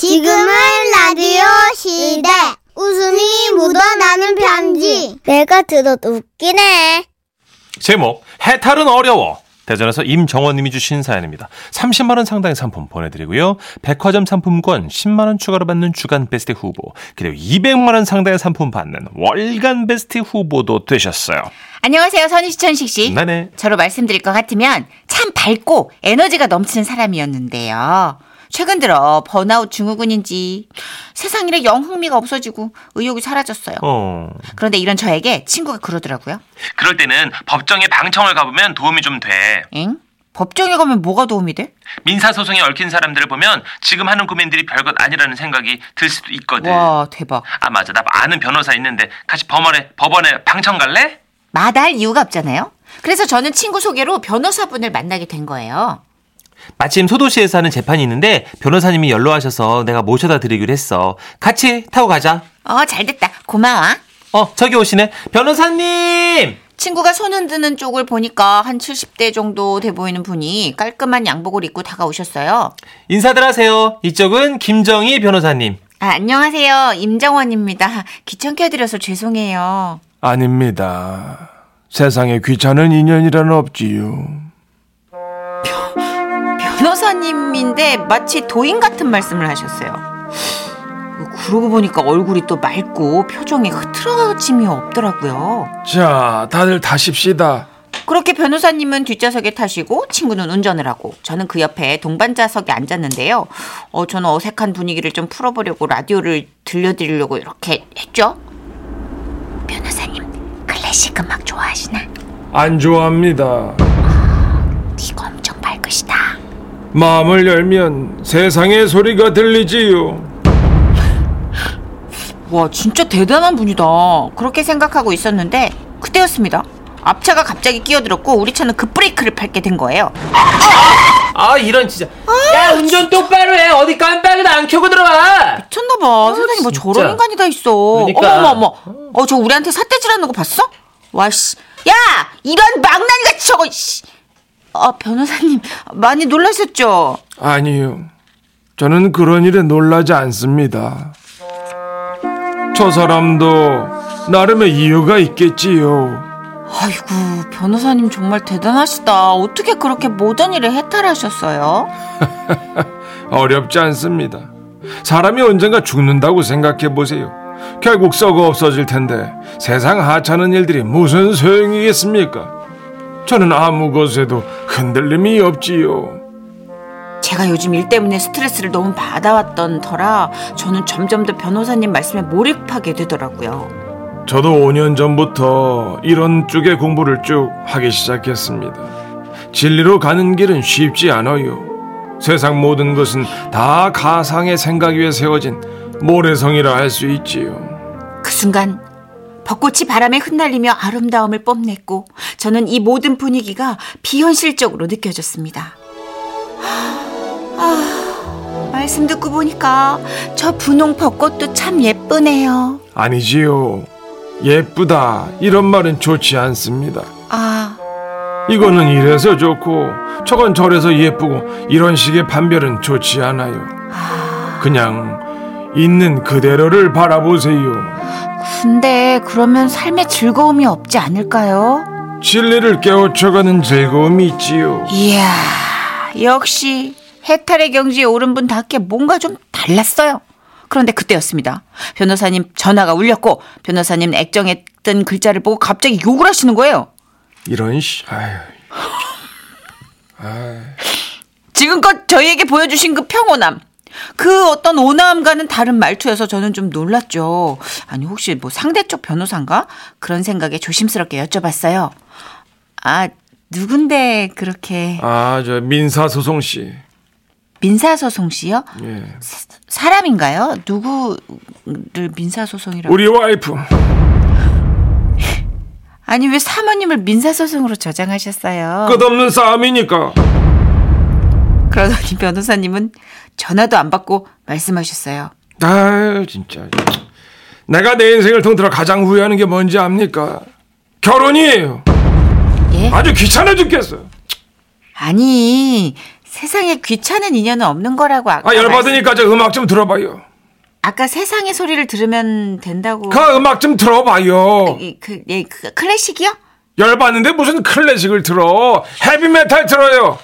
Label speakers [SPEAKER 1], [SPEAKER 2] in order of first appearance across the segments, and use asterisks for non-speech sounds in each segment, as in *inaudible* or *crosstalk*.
[SPEAKER 1] 지금은 라디오 시대. 웃음이 묻어나는 편지. 내가 들어도 웃기네.
[SPEAKER 2] 제목 해탈은 어려워 대전에서 임정원님이 주신 사연입니다. 30만 원 상당의 상품 보내드리고요. 백화점 상품권 10만 원 추가로 받는 주간 베스트 후보 그리고 200만 원 상당의 상품 받는 월간 베스트 후보도 되셨어요.
[SPEAKER 3] 안녕하세요, 선희 씨, 천식 씨.
[SPEAKER 2] 네네.
[SPEAKER 3] 저로 말씀드릴 것 같으면 참 밝고 에너지가 넘치는 사람이었는데요. 최근 들어 번아웃 증후군인지 세상 일에 영 흥미가 없어지고 의욕이 사라졌어요.
[SPEAKER 2] 어.
[SPEAKER 3] 그런데 이런 저에게 친구가 그러더라고요.
[SPEAKER 2] 그럴 때는 법정에 방청을 가보면 도움이 좀 돼.
[SPEAKER 3] 엥? 법정에 가면 뭐가 도움이 돼?
[SPEAKER 2] 민사 소송에 얽힌 사람들을 보면 지금 하는 고민들이 별것 아니라는 생각이 들 수도 있거든.
[SPEAKER 3] 와, 대박.
[SPEAKER 2] 아 맞아 나 아는 변호사 있는데 같이 법원에 법원에 방청 갈래?
[SPEAKER 3] 마다할 이유가 없잖아요. 그래서 저는 친구 소개로 변호사분을 만나게 된 거예요.
[SPEAKER 4] 마침 소도시에서 하는 재판이 있는데 변호사님이 연로하셔서 내가 모셔다 드리기로 했어. 같이 타고 가자.
[SPEAKER 3] 어, 잘 됐다. 고마워.
[SPEAKER 4] 어, 저기 오시네. 변호사님!
[SPEAKER 3] 친구가 손 흔드는 쪽을 보니까 한 70대 정도 돼 보이는 분이 깔끔한 양복을 입고 다가오셨어요.
[SPEAKER 4] 인사들 하세요. 이쪽은 김정희 변호사님.
[SPEAKER 3] 아, 안녕하세요. 임정원입니다. 귀찮게 해드려서 죄송해요.
[SPEAKER 5] 아닙니다. 세상에 귀찮은 인연이란 없지요.
[SPEAKER 3] 변호사님인데 마치 도인 같은 말씀을 하셨어요. 그러고 보니까 얼굴이 또 맑고 표정이 흐트러짐이 없더라고요.
[SPEAKER 5] 자, 다들 다십시다.
[SPEAKER 3] 그렇게 변호사님은 뒷좌석에 타시고 친구는 운전을 하고 저는 그 옆에 동반자석에 앉았는데요. 어, 저는 어색한 분위기를 좀 풀어보려고 라디오를 들려드리려고 이렇게 했죠. 변호사님 클래식 음악 좋아하시나?
[SPEAKER 5] 안 좋아합니다.
[SPEAKER 3] 이거 엄청 밝으시다.
[SPEAKER 5] 마음을 열면 세상의 소리가 들리지요.
[SPEAKER 3] 와 진짜 대단한 분이다. 그렇게 생각하고 있었는데 그때였습니다. 앞차가 갑자기 끼어들었고 우리 차는 그 급브레이크를 밟게 된 거예요.
[SPEAKER 4] 아, 이런 진짜. 야, 운전 똑바로 해. 어디 깜빡이도 안 켜고 들어와.
[SPEAKER 3] 미쳤나봐. 세상에 뭐
[SPEAKER 4] 아, 진짜.
[SPEAKER 3] 저런 인간이 다 있어.
[SPEAKER 4] 그러니까.
[SPEAKER 3] 어머, 어머, 어머. 어, 저 우리한테 삿대질하는 거 봤어? 와, 씨. 야! 이런 망나니같이 저거, 씨. 아, 변호사님. 많이 놀라셨죠?
[SPEAKER 5] 아니요. 저는 그런 일에 놀라지 않습니다. 저 사람도 나름의 이유가 있겠지요.
[SPEAKER 3] 아이고, 변호사님 정말 대단하시다. 어떻게 그렇게 모든 일을 해탈하셨어요?
[SPEAKER 5] 어렵지 않습니다. 사람이 언젠가 죽는다고 생각해 보세요. 결국 썩어 없어질 텐데 세상 하찮은 일들이 무슨 소용이겠습니까? 저는 아무 것에도 흔들림이 없지요.
[SPEAKER 3] 제가 요즘 일 때문에 스트레스를 너무 받아왔던 터라 저는 점점 더 변호사님 말씀에 몰입하게 되더라고요.
[SPEAKER 5] 저도 5년 전부터 이런 쪽의 공부를 쭉 하기 시작했습니다. 진리로 가는 길은 쉽지 않아요. 세상 모든 것은 다 가상의 생각 위에 세워진 모래성이라 할 수 있지요.
[SPEAKER 3] 그 순간 벚꽃이 바람에 흩날리며 아름다움을 뽐냈고 저는 이 모든 분위기가 비현실적으로 느껴졌습니다. 아, 말씀 듣고 보니까 저 분홍 벚꽃도 참 예쁘네요.
[SPEAKER 5] 아니지요. 예쁘다. 이런 말은 좋지 않습니다.
[SPEAKER 3] 아,
[SPEAKER 5] 이거는 이래서 좋고 저건 저래서 예쁘고 이런 식의 판별은 좋지 않아요. 그냥 있는 그대로를 바라보세요.
[SPEAKER 3] 근데 그러면 삶에 즐거움이 없지 않을까요?
[SPEAKER 5] 진리를 깨우쳐가는 즐거움이 있지요.
[SPEAKER 3] 이야, 역시 해탈의 경지에 오른 분답게 뭔가 좀 달랐어요. 그런데 그때였습니다. 변호사님 전화가 울렸고 변호사님 액정했던 글자를 보고 갑자기 욕을 하시는 거예요.
[SPEAKER 5] 이런 씨. 아유.
[SPEAKER 3] 지금껏 저희에게 보여주신 그 평온함. 그 어떤 온화함과는 다른 말투여서 저는 좀 놀랐죠. 아니 혹시 뭐 상대 쪽 변호사인가? 그런 생각에 조심스럽게 여쭤봤어요. 아 누군데 그렇게
[SPEAKER 5] 아, 저 민사 소송 씨.
[SPEAKER 3] 민사소송 씨요?
[SPEAKER 5] 예.
[SPEAKER 3] 사람인가요? 누구를 민사소송이라고?
[SPEAKER 5] 우리 와이프.
[SPEAKER 3] 아니 왜 사모님을 민사소송으로 저장하셨어요?
[SPEAKER 5] 끝없는 싸움이니까.
[SPEAKER 3] 그러더니 *laughs* 변호사님은 전화도 안 받고 말씀하셨어요.
[SPEAKER 5] 아유, 진짜. 내가 내 인생을 통틀어 가장 후회하는 게 뭔지 압니까? 결혼이에요.
[SPEAKER 3] 예?
[SPEAKER 5] 아주 귀찮아 죽겠어.
[SPEAKER 3] 아니 세상에 귀찮은 인연은 없는 거라고 아까
[SPEAKER 5] 아
[SPEAKER 3] 말씀-
[SPEAKER 5] 열받으니까 저 음악 좀 들어봐요.
[SPEAKER 3] 아까 세상의 소리를 들으면 된다고
[SPEAKER 5] 그 음악 좀 들어봐요.
[SPEAKER 3] 이- 그, 예, 그 클래식이요?
[SPEAKER 5] 열받는데 무슨 클래식을 들어? 헤비메탈 들어요.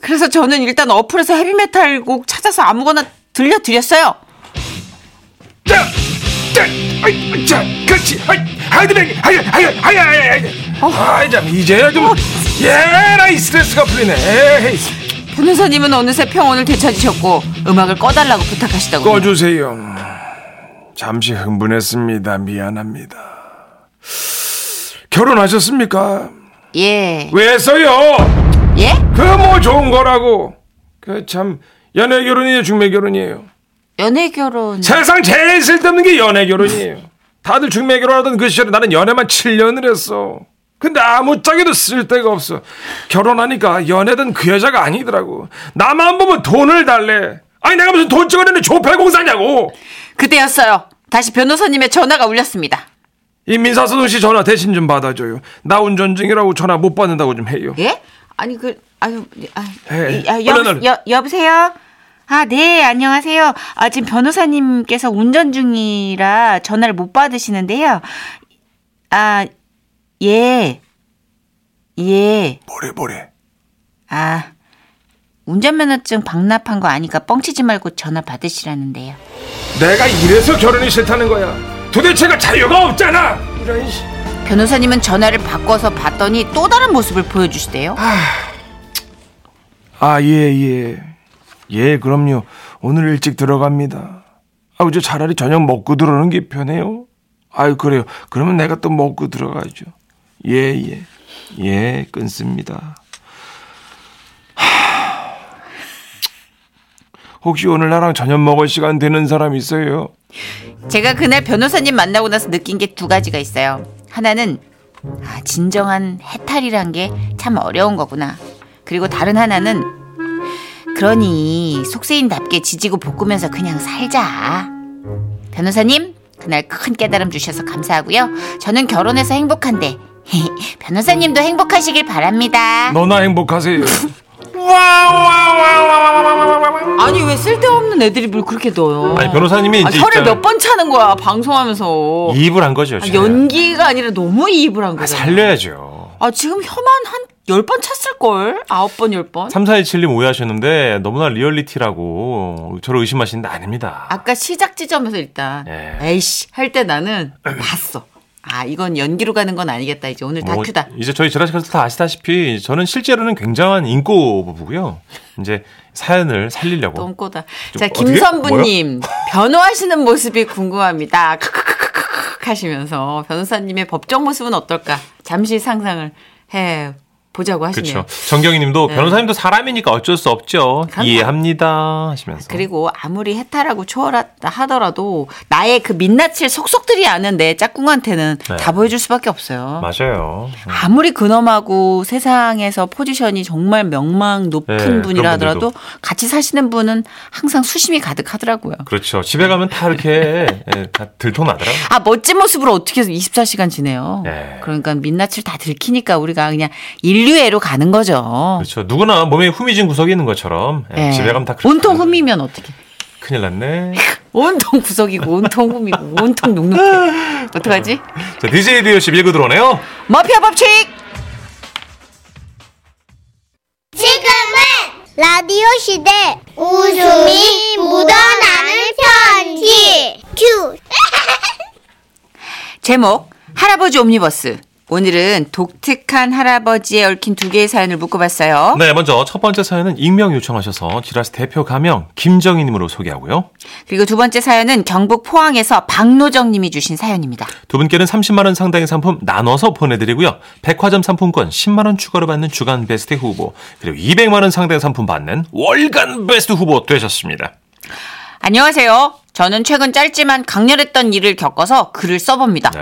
[SPEAKER 3] 그래서 저는 일단 어플에서 헤비메탈 곡 찾아서 아무거나 들려드렸어요.
[SPEAKER 5] 짜, 짜, 아이, 짜, 그렇지. 아이, 하이드뱅, 하이, 하이, 하이, 하이, 하이. 아이 참 이제야 좀 예라 이 스트레스가 풀리네. 에이,
[SPEAKER 3] 변호사님은 어느새 평온을 되찾으셨고 음악을 꺼달라고 부탁하시다고.
[SPEAKER 5] 꺼주세요. 잠시 흥분했습니다. 미안합니다. 결혼하셨습니까?
[SPEAKER 3] 예.
[SPEAKER 5] 왜 써요?
[SPEAKER 3] 예?
[SPEAKER 5] 그 뭐 좋은 거라고. 그 참 연애 결혼이에요, 중매 결혼이에요.
[SPEAKER 3] 연애 결혼.
[SPEAKER 5] 세상 제일 쓸데없는 게 연애 결혼이에요. 다들 중매 결혼하던 그 시절에 나는 연애만 7년을 했어. 근데 아무짝에도 쓸데가 없어. 결혼하니까 연애든 그 여자가 아니더라고. 나만 보면 돈을 달래. 아니 내가 무슨 돈 찍어내는 조폐공사냐고.
[SPEAKER 3] 그때였어요. 다시 변호사님의 전화가 울렸습니다.
[SPEAKER 5] 이민사소동 씨 전화 대신 좀 받아줘요. 나 운전 중이라고 전화 못 받는다고 좀 해요.
[SPEAKER 3] 예? 아니 그 아유 아,
[SPEAKER 5] 예,
[SPEAKER 3] 아,
[SPEAKER 5] 얼른,
[SPEAKER 3] 여보, 여, 여보세요. 아, 네, 안녕하세요. 아, 지금 변호사님께서 운전 중이라 전화를 못 받으시는데요. 아, 예. 예.
[SPEAKER 5] 뭐래 뭐래.
[SPEAKER 3] 아, 운전면허증 박납한 거 아니까 뻥치지 말고 전화 받으시라는데요.
[SPEAKER 5] 내가 이래서 결혼이 싫다는 거야. 도대체가 자유가 없잖아. 이런 씨.
[SPEAKER 3] 변호사님은 전화를 바꿔서 받더니 또 다른 모습을 보여주시대요.
[SPEAKER 5] 아, 예, 예. 예, 그럼요. 오늘 일찍 들어갑니다. 아우, 저 차라리 저녁 먹고 들어오는 게 편해요. 아유, 그래요. 그러면 내가 또 먹고 들어가죠. 예, 예. 예, 끊습니다. 하. 혹시 오늘 나랑 저녁 먹을 시간 되는 사람 있어요?
[SPEAKER 3] 제가 그날 변호사님 만나고 나서 느낀 게 두 가지가 있어요. 하나는 아, 진정한 해탈이란 게 참 어려운 거구나. 그리고 다른 하나는 그러니 속세인답게 지지고 볶으면서 그냥 살자. 변호사님 그날 큰 깨달음 주셔서 감사하고요. 저는 결혼해서 행복한데 *laughs* 변호사님도 행복하시길 바랍니다.
[SPEAKER 5] 너나 행복하세요.
[SPEAKER 3] 아니 왜 쓸데없는 애드립을 그렇게 넣어요?
[SPEAKER 2] 아니, 변호사님이 이제
[SPEAKER 3] 혀를
[SPEAKER 2] 있잖아요.
[SPEAKER 3] 몇 번 차는 거야 방송하면서.
[SPEAKER 2] 이입을 한 거죠.
[SPEAKER 3] 아,
[SPEAKER 2] 제가.
[SPEAKER 3] 연기가 아니라 너무 이입을 한 거야.
[SPEAKER 2] 살려야죠.
[SPEAKER 3] 아 지금 혀만 한 열 번 찼을 걸. 아홉 번, 열 번.
[SPEAKER 2] 3427님 오해하셨는데 너무나 리얼리티라고 저를 의심하시는데 아닙니다.
[SPEAKER 3] 아까 시작 지점에서 일단
[SPEAKER 2] 예.
[SPEAKER 3] 에이씨 할 때 나는 봤어. 아 이건 연기로 가는 건 아니겠다. 이제 오늘
[SPEAKER 2] 뭐,
[SPEAKER 3] 다큐다.
[SPEAKER 2] 이제 저희 지라시카스 다 아시다시피 저는 실제로는 굉장한 인고 부부고요. 이제 사연을 살리려고.
[SPEAKER 3] 똥꼬다.
[SPEAKER 2] 어. 좀
[SPEAKER 3] 자
[SPEAKER 2] 어떻게?
[SPEAKER 3] 김선부님
[SPEAKER 2] *laughs*
[SPEAKER 3] 변호하시는 모습이 궁금합니다. 크크크크크 하시면서 변호사님의 법적 모습은 어떨까? 잠시 상상을 해 보자고 하시네요.
[SPEAKER 2] 그렇죠. 정경희님도 변호사님도 사람이니까 어쩔 수 없죠.
[SPEAKER 3] 그럼요.
[SPEAKER 2] 이해합니다 하시면서.
[SPEAKER 3] 그리고 아무리 해탈하고 초월하다 하더라도 나의 그 민낯을 속속들이 아는 내 짝꿍한테는
[SPEAKER 2] 네.
[SPEAKER 3] 다 보여줄 수밖에 없어요.
[SPEAKER 2] 맞아요.
[SPEAKER 3] 아무리 근엄하고 세상에서 포지션이 정말 명망
[SPEAKER 2] 네,
[SPEAKER 3] 높은
[SPEAKER 2] 그런 분들도.
[SPEAKER 3] 분이라 하더라도 같이 사시는 분은 항상 수심이 가득하더라고요.
[SPEAKER 2] 그렇죠. 집에 가면 다 이렇게 예, 다 들통나더라고요.
[SPEAKER 3] 아 멋진 모습으로 어떻게 24시간 지내요?
[SPEAKER 2] 네.
[SPEAKER 3] 그러니까 민낯을 다 들키니까 우리가 그냥 인류애로 가는 거죠.
[SPEAKER 2] 그렇죠. 누구나 몸에 후미진 구석이 있는 것처럼 예,
[SPEAKER 3] 예.
[SPEAKER 2] 집에 가면 다 그렇죠.
[SPEAKER 3] 온통 흠이면 어떻게?
[SPEAKER 2] 큰일 났네.
[SPEAKER 3] 온통 구석이고 온통 흠이고 온통 눅눅해. 어떡하지?
[SPEAKER 2] 자, DJ 디오씨 밀고 들어오네요.
[SPEAKER 3] 머피아 법칙.
[SPEAKER 1] 지금은 라디오 시대 웃음이 묻어나는 편지 큐
[SPEAKER 3] 제목 할아버지 옴니버스. 오늘은 독특한 할아버지에 얽힌 두 개의 사연을 묶어봤어요.
[SPEAKER 2] 네, 먼저 첫 번째 사연은 익명 요청하셔서 지라스 대표 가명 김정희님으로 소개하고요.
[SPEAKER 3] 그리고 두 번째 사연은 경북 포항에서 박노정 님이 주신 사연입니다.
[SPEAKER 2] 두 분께는 30만 원 상당의 상품 나눠서 보내드리고요. 백화점 상품권 10만 원 추가로 받는 주간 베스트 후보 그리고 200만 원 상당의 상품 받는 월간 베스트 후보 되셨습니다.
[SPEAKER 3] 안녕하세요. 저는 최근 짧지만 강렬했던 일을 겪어서 글을 써봅니다.
[SPEAKER 2] 네.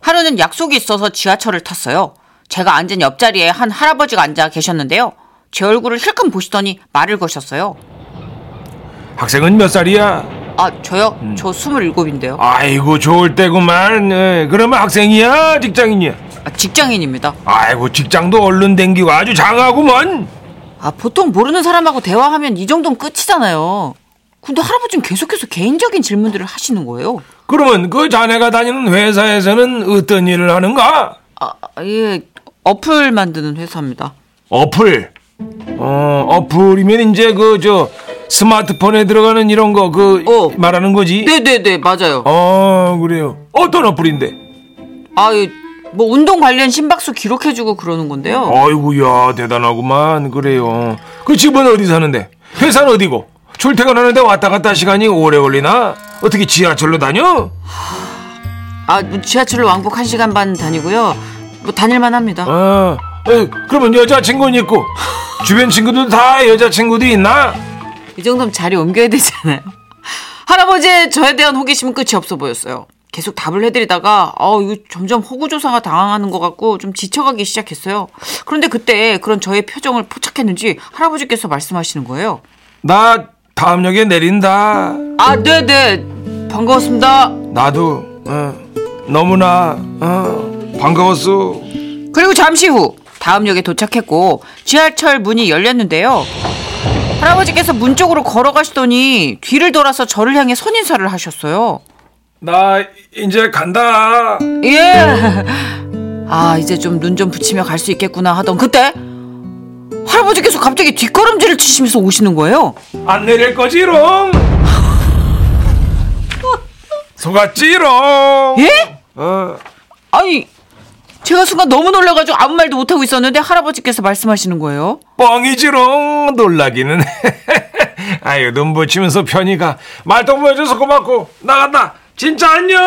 [SPEAKER 3] 하루는 약속이 있어서 지하철을 탔어요. 제가 앉은 옆자리에 한 할아버지가 앉아 계셨는데요. 제 얼굴을 힐끔 보시더니 말을 거셨어요.
[SPEAKER 5] 학생은 몇 살이야?
[SPEAKER 3] 아, 저요? 저 27인데요.
[SPEAKER 5] 아이고 좋을 때구만. 예, 그러면 학생이야,
[SPEAKER 3] 아,
[SPEAKER 5] 직장인이야?
[SPEAKER 3] 직장인입니다.
[SPEAKER 5] 아이고 직장도 얼른 댕기고 아주 장하구먼
[SPEAKER 3] 아, 보통 모르는 사람하고 대화하면 이 정도면 끝이잖아요. 근데 할아버지는 계속해서 개인적인 질문들을 하시는 거예요.
[SPEAKER 2] 그러면 그 자네가 다니는 회사에서는 어떤 일을 하는가?
[SPEAKER 3] 아, 예. 어플 만드는 회사입니다.
[SPEAKER 2] 어플. 어, 어플이면 이제 그 저 스마트폰에 들어가는 이런 거 그
[SPEAKER 3] 어.
[SPEAKER 2] 말하는 거지.
[SPEAKER 3] 네네네, 맞아요.
[SPEAKER 2] 어, 그래요. 어떤 어플인데?
[SPEAKER 3] 아, 예, 뭐 운동 관련 심박수 기록해주고 그러는 건데요.
[SPEAKER 5] 어.
[SPEAKER 2] 아이고야 대단하구만 그래요. 그 집은 어디 사는데? 회사는 어디고? 출퇴근하는데 왔다 갔다 시간이 오래 걸리나? 어떻게 지하철로 다녀?
[SPEAKER 3] 아, 뭐 지하철로 왕복 1시간 반 다니고요. 뭐 다닐만 합니다.
[SPEAKER 2] 아, 에, 그러면 여자친구는 있고 주변 친구들 다 여자친구도 있나?
[SPEAKER 3] 이 정도면 자리 옮겨야 되잖아요. *laughs* 할아버지의 저에 대한 호기심은 끝이 없어 보였어요. 계속 답을 해드리다가 아 이거 점점 호구조사가 당황하는 것 같고 좀 지쳐가기 시작했어요. 그런데 그때 그런 저의 표정을 포착했는지 할아버지께서 말씀하시는 거예요.
[SPEAKER 2] 나 다음역에 내린다.
[SPEAKER 3] 아 네네 반가웠습니다.
[SPEAKER 2] 나도 어, 너무나 어, 반가웠어.
[SPEAKER 3] 그리고 잠시 후 다음 역에 도착했고 지하철 문이 열렸는데요. 할아버지께서 문 쪽으로 걸어가시더니 뒤를 돌아서 저를 향해 선인사를 하셨어요.
[SPEAKER 2] 나 이제 간다.
[SPEAKER 3] 예. 아 이제 좀 눈 좀 붙이며 갈 수 있겠구나 하던 그때 할아버지께서 갑자기 뒷걸음질을 치시면서 오시는 거예요.
[SPEAKER 2] 안 내릴 거지롱. 속았지롱.
[SPEAKER 3] 예?
[SPEAKER 2] 어,
[SPEAKER 3] 아니 제가 순간 너무 놀라가지고 아무 말도 못하고 있었는데 할아버지께서 말씀하시는 거예요.
[SPEAKER 2] 뻥이지롱 놀라기는 *laughs* 아유 눈 붙이면서 편이가 말도 보여줘서 고맙고 나간다 진짜 안녕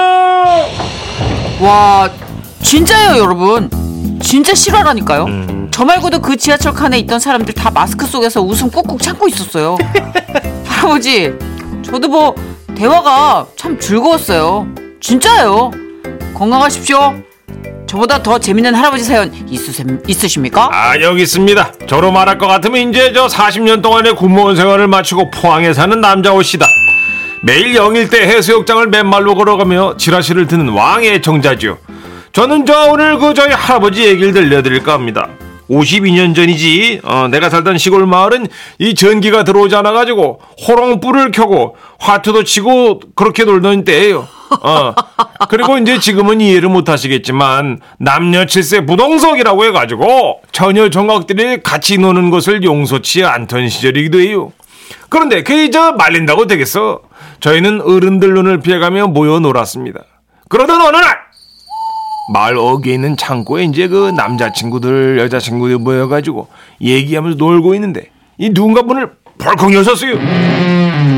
[SPEAKER 3] 와 진짜예요 여러분 진짜 실화라니까요
[SPEAKER 2] 음.
[SPEAKER 3] 저 말고도 그 지하철 칸에 있던 사람들 다 마스크 속에서 웃음 꾹꾹
[SPEAKER 2] *laughs*
[SPEAKER 3] 참고 있었어요 할아버지 저도 뭐 대화가 참 즐거웠어요 진짜예요 건강하십시오 저보다 더 재밌는 할아버지 사연 있으셈, 있으십니까?
[SPEAKER 2] 아 여기 있습니다 저로 말할 것 같으면 이제 저 40년 동안의 군무원 생활을 마치고 포항에 사는 남자 옷이다 매일 영일대 해수욕장을 맨발로 걸어가며 지라시를 듣는 왕의 정자지요 저는 저 오늘 그 저희 할아버지 얘기를 들려드릴까 합니다 52년 전이지 어, 내가 살던 시골 마을은 이 전기가 들어오지 않아가지고 호롱불을 켜고 화투도 치고 그렇게 놀던 때예요 어. 그리고 이제 지금은 이해를 못하시겠지만 남녀 칠세 부동석이라고 해가지고 처녀 종각들이 같이 노는 것을 용서치 않던 시절이기도 해요. 그런데 그게 저 말린다고 되겠어. 저희는 어른들 눈을 피해가며 모여 놀았습니다. 그러던 어느 날 마을 어귀에 있는 창고에 이제 그 남자친구들 여자친구들 모여가지고 얘기하면서 놀고 있는데 이 누군가 문을 벌컥 열었어요.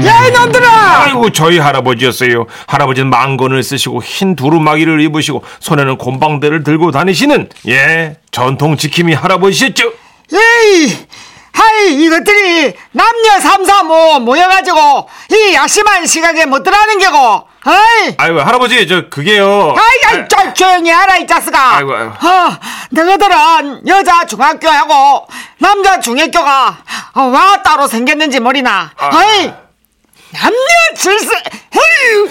[SPEAKER 2] 야 이놈들아! 아이고 저희 할아버지였어요. 할아버지는 망건을 쓰시고 흰 두루마기를 입으시고 손에는 곰방대를 들고 다니시는 예 전통 지킴이 할아버지셨죠.
[SPEAKER 6] 에이, 하이 이것들이 남녀 삼사모 모여가지고 이 야심한 시각에 못 들어가는 게고, 어이.
[SPEAKER 2] 아이고 할아버지 저 그게요.
[SPEAKER 6] 아이, 아이, 좀 조용히 하라, 이 자스가.
[SPEAKER 2] 아이고, 아이고.
[SPEAKER 6] 어, 너희들은 여자 중학교하고 남자 중학교가 어, 와 따로 생겼는지 모르나.
[SPEAKER 7] 아.
[SPEAKER 6] 어이, 남녀
[SPEAKER 7] *laughs*
[SPEAKER 6] 질서, 에휴.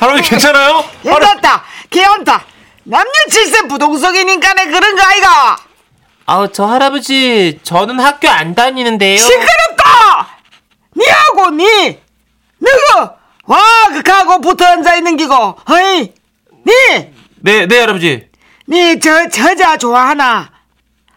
[SPEAKER 2] 할아버지 괜찮아요? 할아-
[SPEAKER 6] 괜찮다, 괜찮다. 남녀 질서 부동석이니까네 그런 거 아이가.
[SPEAKER 7] 아우 저 할아버지 저는 학교 안 다니는데요.
[SPEAKER 6] 시끄럽다! 니하고 니! 너그 와, 극하고 붙어 앉아있는 기고, 어이! 니!
[SPEAKER 7] 네, 네 할아버지.
[SPEAKER 6] 니, 저, 저자 좋아하나?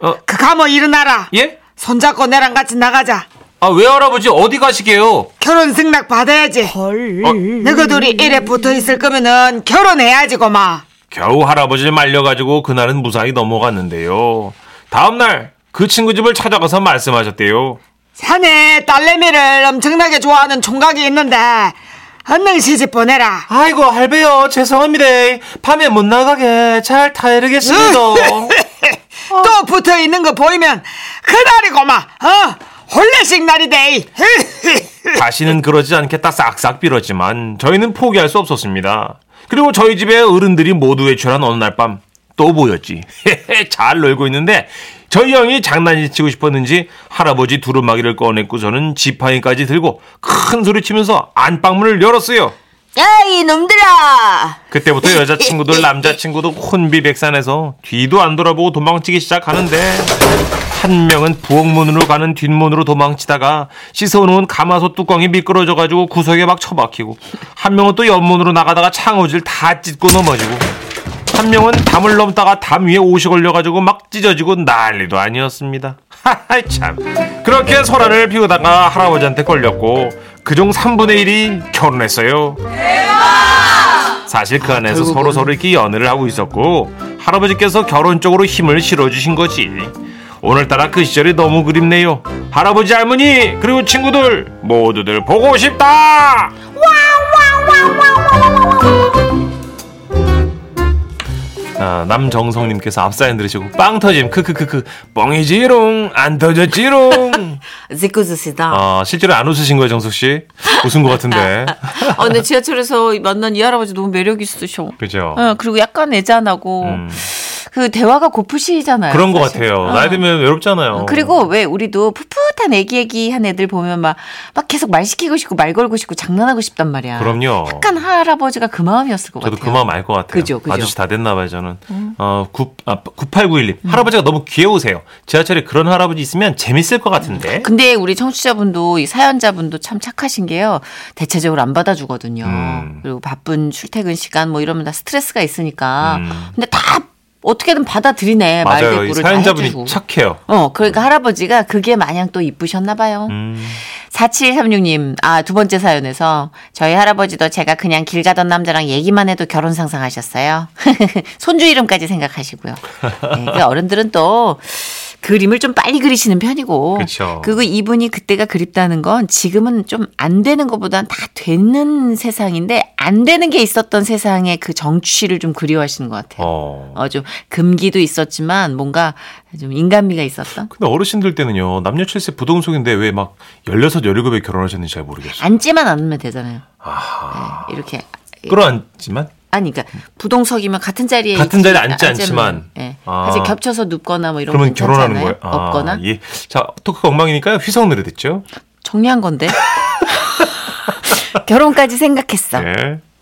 [SPEAKER 7] 어.
[SPEAKER 6] 극하면 일어나라.
[SPEAKER 7] 예?
[SPEAKER 6] 손잡고 내랑 같이 나가자.
[SPEAKER 7] 아 왜 할아버지 어디 가시게요?
[SPEAKER 6] 결혼 승낙 받아야지. 헐. 너그 둘이 이래 붙어 있을 거면은 결혼해야지, 고마.
[SPEAKER 2] 겨우 할아버지를 말려가지고 그날은 무사히 넘어갔는데요. 다음 날 그 친구 집을 찾아가서 말씀하셨대요.
[SPEAKER 6] 자네 딸내미를 엄청나게 좋아하는 총각이 있는데, 언능 시집 보내라.
[SPEAKER 7] 아이고 할배요 죄송합니다. 밤에 못 나가게 잘 타이르겠습니다.
[SPEAKER 6] 또 붙어 있는 거 보이면 그날이고마. 어? 혼례식 날이 돼.
[SPEAKER 2] *laughs*
[SPEAKER 6] *laughs*
[SPEAKER 2] 다시는 그러지 않겠다 싹싹 빌었지만 저희는 포기할 수 없었습니다. 그리고 저희 집에 어른들이 모두 외출한 어느 날 밤 또 보였지. *laughs* 잘 놀고 있는데 저희 형이 장난치고 싶었는지 할아버지 두루마기를 꺼냈고서는 지팡이까지 들고 큰 소리 치면서 안방문을 열었어요.
[SPEAKER 3] 야이 놈들아
[SPEAKER 2] 그때부터 여자친구들 남자친구도 혼비백산해서 뒤도 안 돌아보고 도망치기 시작하는데 한 명은 부엌문으로 가는 뒷문으로 도망치다가 씻어놓은 가마솥 뚜껑이 미끄러져가지고 구석에 막 처박히고 한 명은 또 옆문으로 나가다가 창호질 다 찢고 넘어지고 한 명은 담을 넘다가 담 위에 옷이 걸려가지고 막 찢어지고 난리도 아니었습니다. *laughs* 하하 참 그렇게 소란을 피우다가 할아버지한테 걸렸고 그중 3분의 1이 결혼했어요. 사실
[SPEAKER 3] 아,
[SPEAKER 2] 그 안에서 서로 서로 이렇게 연애를 하고 있었고 할아버지께서 결혼 쪽으로 힘을 실어주신 거지. 오늘따라 그 시절이 너무 그립네요. 할아버지 할머니 그리고 친구들 모두들 보고 싶다. 아, 남정성님께서 앞사연 들으시고 빵 터짐 크크크크 뻥이지롱 안
[SPEAKER 3] *laughs*
[SPEAKER 2] 터졌지롱.
[SPEAKER 3] 지구즈시다.
[SPEAKER 2] 아 실제로 안 웃으신 거예요 정숙 씨? 웃은 것
[SPEAKER 3] *laughs*
[SPEAKER 2] 같은데.
[SPEAKER 3] 어, 근데 지하철에서 만난 이 할아버지 너무 매력 있으셔.
[SPEAKER 2] 그죠.
[SPEAKER 3] 어, 그리고 약간 애잔하고
[SPEAKER 2] 그러니까. 음,
[SPEAKER 3] 그 대화가 고프시잖아요.
[SPEAKER 2] 그런 것
[SPEAKER 3] 사실.
[SPEAKER 2] 같아요.
[SPEAKER 3] 어.
[SPEAKER 2] 나이 들면 외롭잖아요.
[SPEAKER 3] 그리고 왜 우리도 풋풋한 애기 애기 한 애들 보면 막, 막 계속 말 시키고 싶고 말 걸고 싶고 장난하고 싶단 말이야.
[SPEAKER 2] 그럼요.
[SPEAKER 3] 약간 할아버지가 그 마음이었을 것
[SPEAKER 2] 저도
[SPEAKER 3] 같아요.
[SPEAKER 2] 그 마음 알 것 같아요.
[SPEAKER 3] 그죠, 음. 그죠.
[SPEAKER 2] 아저씨 다 됐나 봐요, 저는. 어, 9, 아, 9891님.
[SPEAKER 3] 음.
[SPEAKER 2] 할아버지가 너무 귀여우세요. 지하철에 그런 할아버지 있으면 재밌을 것 같은데.
[SPEAKER 3] 근데 우리 청취자분도 이 사연자분도 참 착하신 게요. 대체적으로 안 받아주거든요.
[SPEAKER 2] 음.
[SPEAKER 3] 그리고 바쁜 출퇴근 시간 뭐 이러면 다 스트레스가 있으니까.
[SPEAKER 2] 음. 근데
[SPEAKER 3] 근데 다 어떻게든 받아들이네.
[SPEAKER 2] 맞아요. 이
[SPEAKER 3] 말대꾸를 다 해주고.
[SPEAKER 2] 사연자분이 착해요.
[SPEAKER 3] 어, 그러니까 할아버지가 그게 마냥 또 이쁘셨나 봐요.
[SPEAKER 2] 음.
[SPEAKER 3] 4736님, 아, 두 번째 사연에서 저희 할아버지도 제가 그냥 길 가던 남자랑 얘기만 해도 결혼 상상하셨어요. *laughs* 손주 이름까지 생각하시고요. 네, 그 어른들은 또 그림을 좀 빨리 그리시는 편이고.
[SPEAKER 2] 그쵸.
[SPEAKER 3] 리고 이분이 그때가 그립다는 건 지금은 좀 안 되는 것보단 다 되는 세상인데 안 되는 게 있었던 세상의 그 정취를 좀 그리워하시는 것 같아요.
[SPEAKER 2] 어.
[SPEAKER 3] 어, 좀 금기도 있었지만 뭔가 좀 인간미가 있었던?
[SPEAKER 2] 근데 어르신들 때는요, 남녀 칠세 부동석인데 왜 막 16, 17에 결혼하셨는지 잘 모르겠어요.
[SPEAKER 3] 앉지만 않으면 되잖아요. 네, 이렇게.
[SPEAKER 2] 끌어안지만
[SPEAKER 3] 아니, 그러니까 부동석이면 같은 자리에
[SPEAKER 2] 같은
[SPEAKER 3] 있지,
[SPEAKER 2] 자리에 앉지
[SPEAKER 3] 앉으면,
[SPEAKER 2] 않지만.
[SPEAKER 3] 예.
[SPEAKER 2] 아.
[SPEAKER 3] 사실 겹쳐서 눕거나 뭐 이런 거
[SPEAKER 2] 그러면 결혼하는 거예요.
[SPEAKER 3] 괜찮잖아요. 없거나
[SPEAKER 2] 예. 자, 토크 엉망이니까요. 휘성 노래 듣죠. *laughs*
[SPEAKER 3] *laughs* 정리한 건데 결혼까지 생각했어.
[SPEAKER 2] 예.